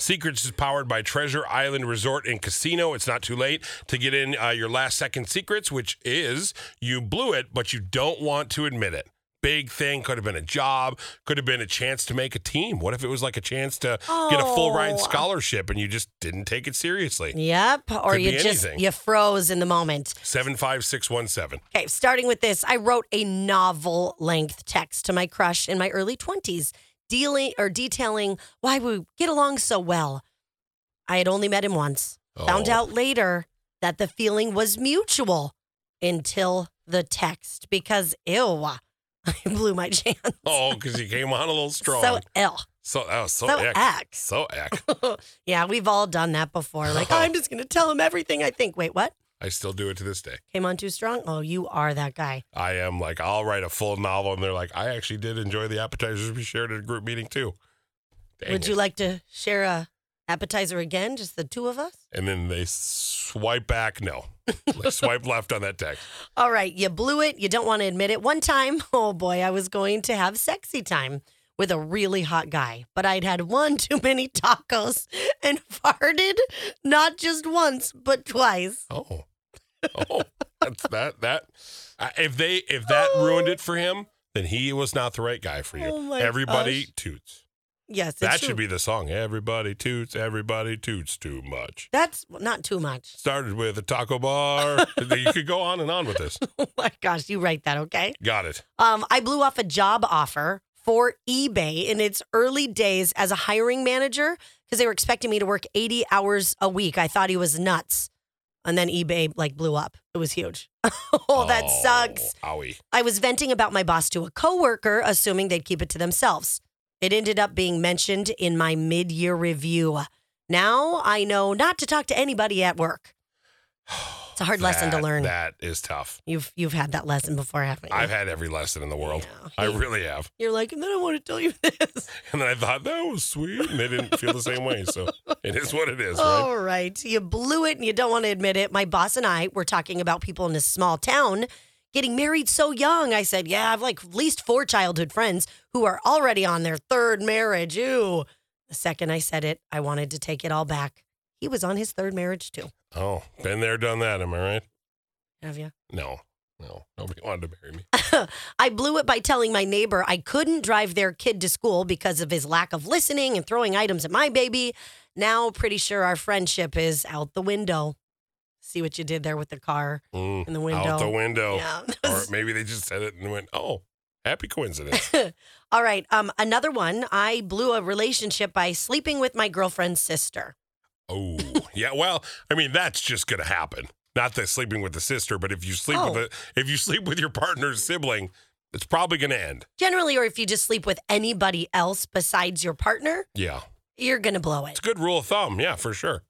Secrets is powered by Treasure Island Resort and Casino. It's not too late to get in uh, your last second secrets, which is you blew it, but you don't want to admit it. Big thing could have been a job, could have been a chance to make a team. What if it was like a chance to get a full ride Oh. scholarship and you just didn't take it seriously? Yep. Or Could you be just anything. you froze in the moment. 75617. Okay, starting with this, I wrote a novel length text to my crush in my early 20s, dealing or detailing why we get along so well. I had only met him once. Found Oh. out later that the feeling was mutual until the text because ew, I blew my chance. Oh, because you came on a little strong. So So, ill. so, oh, so, so ick. ick. So ick. yeah, we've all done that before. Like, "Oh, I'm just going to tell him everything I think. Wait, what? I still do it to this day. Came on too strong? Oh, you are that guy. I am like, I'll write a full novel. And they're like, I actually did enjoy the appetizers we shared at a group meeting too. Dang Would it. you like to share a appetizer again, just the two of us? And then they swipe back. No, like swipe left on that text. All right, you blew it. You don't want to admit it. One time, oh boy, I was going to have sexy time with a really hot guy, but I'd had one too many tacos and farted not just once, but twice. Oh, oh, that's that. That uh, if they if that ruined it for him, then he was not the right guy for you. Oh my everybody gosh. toots. Yes, it's that true. should be the song. Everybody toots. Everybody toots too much. That's not too much. Started with a taco bar. you could go on and on with this. Oh my gosh, you write that, okay? Got it. Um, I blew off a job offer for eBay in its early days as a hiring manager because they were expecting me to work 80 hours a week. I thought he was nuts. And then eBay like blew up. It was huge. oh, that sucks. Owie. I was venting about my boss to a coworker, assuming they'd keep it to themselves. It ended up being mentioned in my mid-year review. Now I know not to talk to anybody at work. It's a hard lesson to That- learn. That is tough. You've you've had that lesson before, haven't you? I've had every lesson in the world. Yeah. I really have. You're like, and then I want to tell you this. And then I thought that was sweet, and they didn't feel the same way. So it is what it is, right? All right. You blew it and you don't want to admit it. My boss and I were talking about people in this small town getting married so young. I said, Yeah, I've like at least four childhood friends who are already on their third marriage. Ew. The second I said it, I wanted to take it all back. He was on his third marriage too. Oh, been there, done that. Am I right? Have you? No, no, nobody wanted to marry me. I blew it by telling my neighbor I couldn't drive their kid to school because of his lack of listening and throwing items at my baby. Now, pretty sure our friendship is out the window. See what you did there with the car. Mm, In the window. Out the window. Yeah. Or maybe they just said it and went, "Oh, happy coincidence." All right. Um, another one. I blew a relationship by sleeping with my girlfriend's sister. oh, yeah. Well, I mean, that's just gonna happen. Not the sleeping with the sister, but if you sleep Oh. with a, if you sleep with your partner's sibling, it's probably gonna end. Generally, or if you just sleep with anybody else besides your partner, Yeah, you're gonna blow it. it's a good rule of thumb. Yeah, for sure.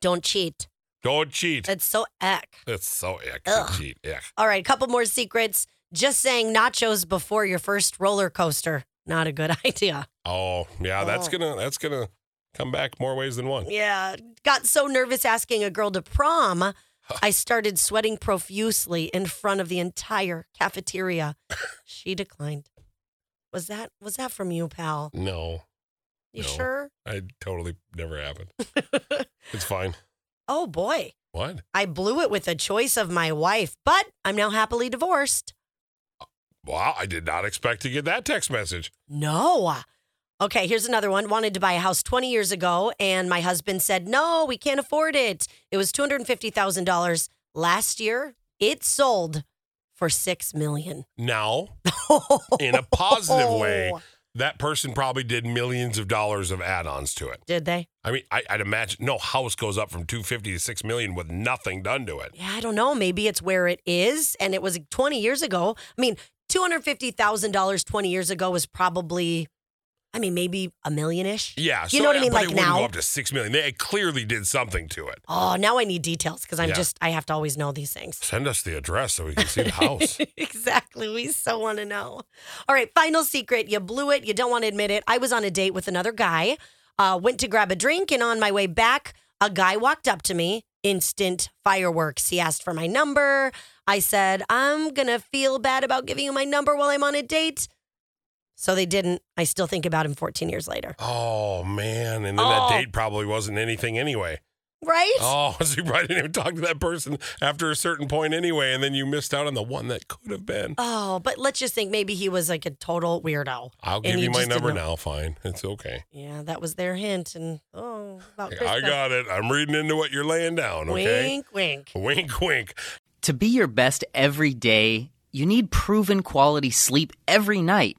Don't cheat. Don't cheat. That's so eck. That's so ick. Uh, Ugh. to Cheat. Ick. All right, couple more secrets. Just saying nachos before your first roller coaster. Not a good idea. Oh, yeah, that's Oh. gonna that's gonna come back more ways than one. Yeah. Got so nervous asking a girl to prom, I started sweating profusely in front of the entire cafeteria. She declined. Was that was that from you, pal? No, You No. sure? I totally never happened. it's fine. Oh boy. What? I blew it with the choice of my wife, but I'm now happily divorced. Wow, I did not expect to get that text message. No. Okay, here's another one. Wanted to buy a house 20 years ago, and my husband said, No, we can't afford it. It was $250,000. Last year, it sold for $6 million. Now, in a positive way, that person probably did millions of dollars of add-ons to it. Did they? I mean, I, I'd imagine no house goes up from two fifty to six million with nothing done to it. Yeah, I don't know. Maybe it's where it is, and it was 20 years ago. I mean, $250,000 20 years ago was probably I mean, maybe a million ish. Yeah, You know what I mean? But Like it wouldn't now? go up to six million. They clearly did something to it. Oh, now I need details because I'm Yeah. just, I have to always know these things. Send us the address so we can see the house. exactly. We so want to know. All right. Final secret. You blew it. You don't want to admit it. I was on a date with another guy, uh, went to grab a drink, and on my way back, a guy walked up to me. Instant fireworks. He asked for my number. I said, I'm going to feel bad about giving you my number while I'm on a date. So they didn't. I still think about him 14 years later. oh man! And then Oh. that date probably wasn't anything anyway. Right? Oh, so you probably didn't even talk to that person after a certain point anyway, and then you missed out on the one that could have been. Oh, but let's just think maybe he was like a total weirdo. I'll And give you you my just didn't number know. now. Fine, it's okay. Yeah, that was their hint. And oh, about Like, Krista. I got it. I'm reading into what you're laying down. Okay. Wink, wink. Wink, wink. To be your best every day, you need proven quality sleep every night.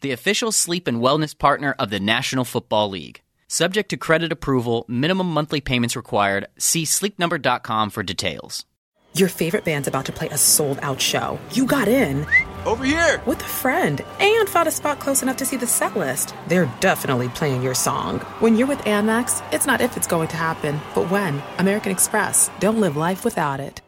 the official sleep and wellness partner of the National Football League. Subject to credit approval, minimum monthly payments required. See sleepnumber.com for details. Your favorite band's about to play a sold out show. You got in Over here! with a friend and found a spot close enough to see the set list. They're definitely playing your song. When you're with Amex, it's not if it's going to happen, but when. American Express. Don't live life without it.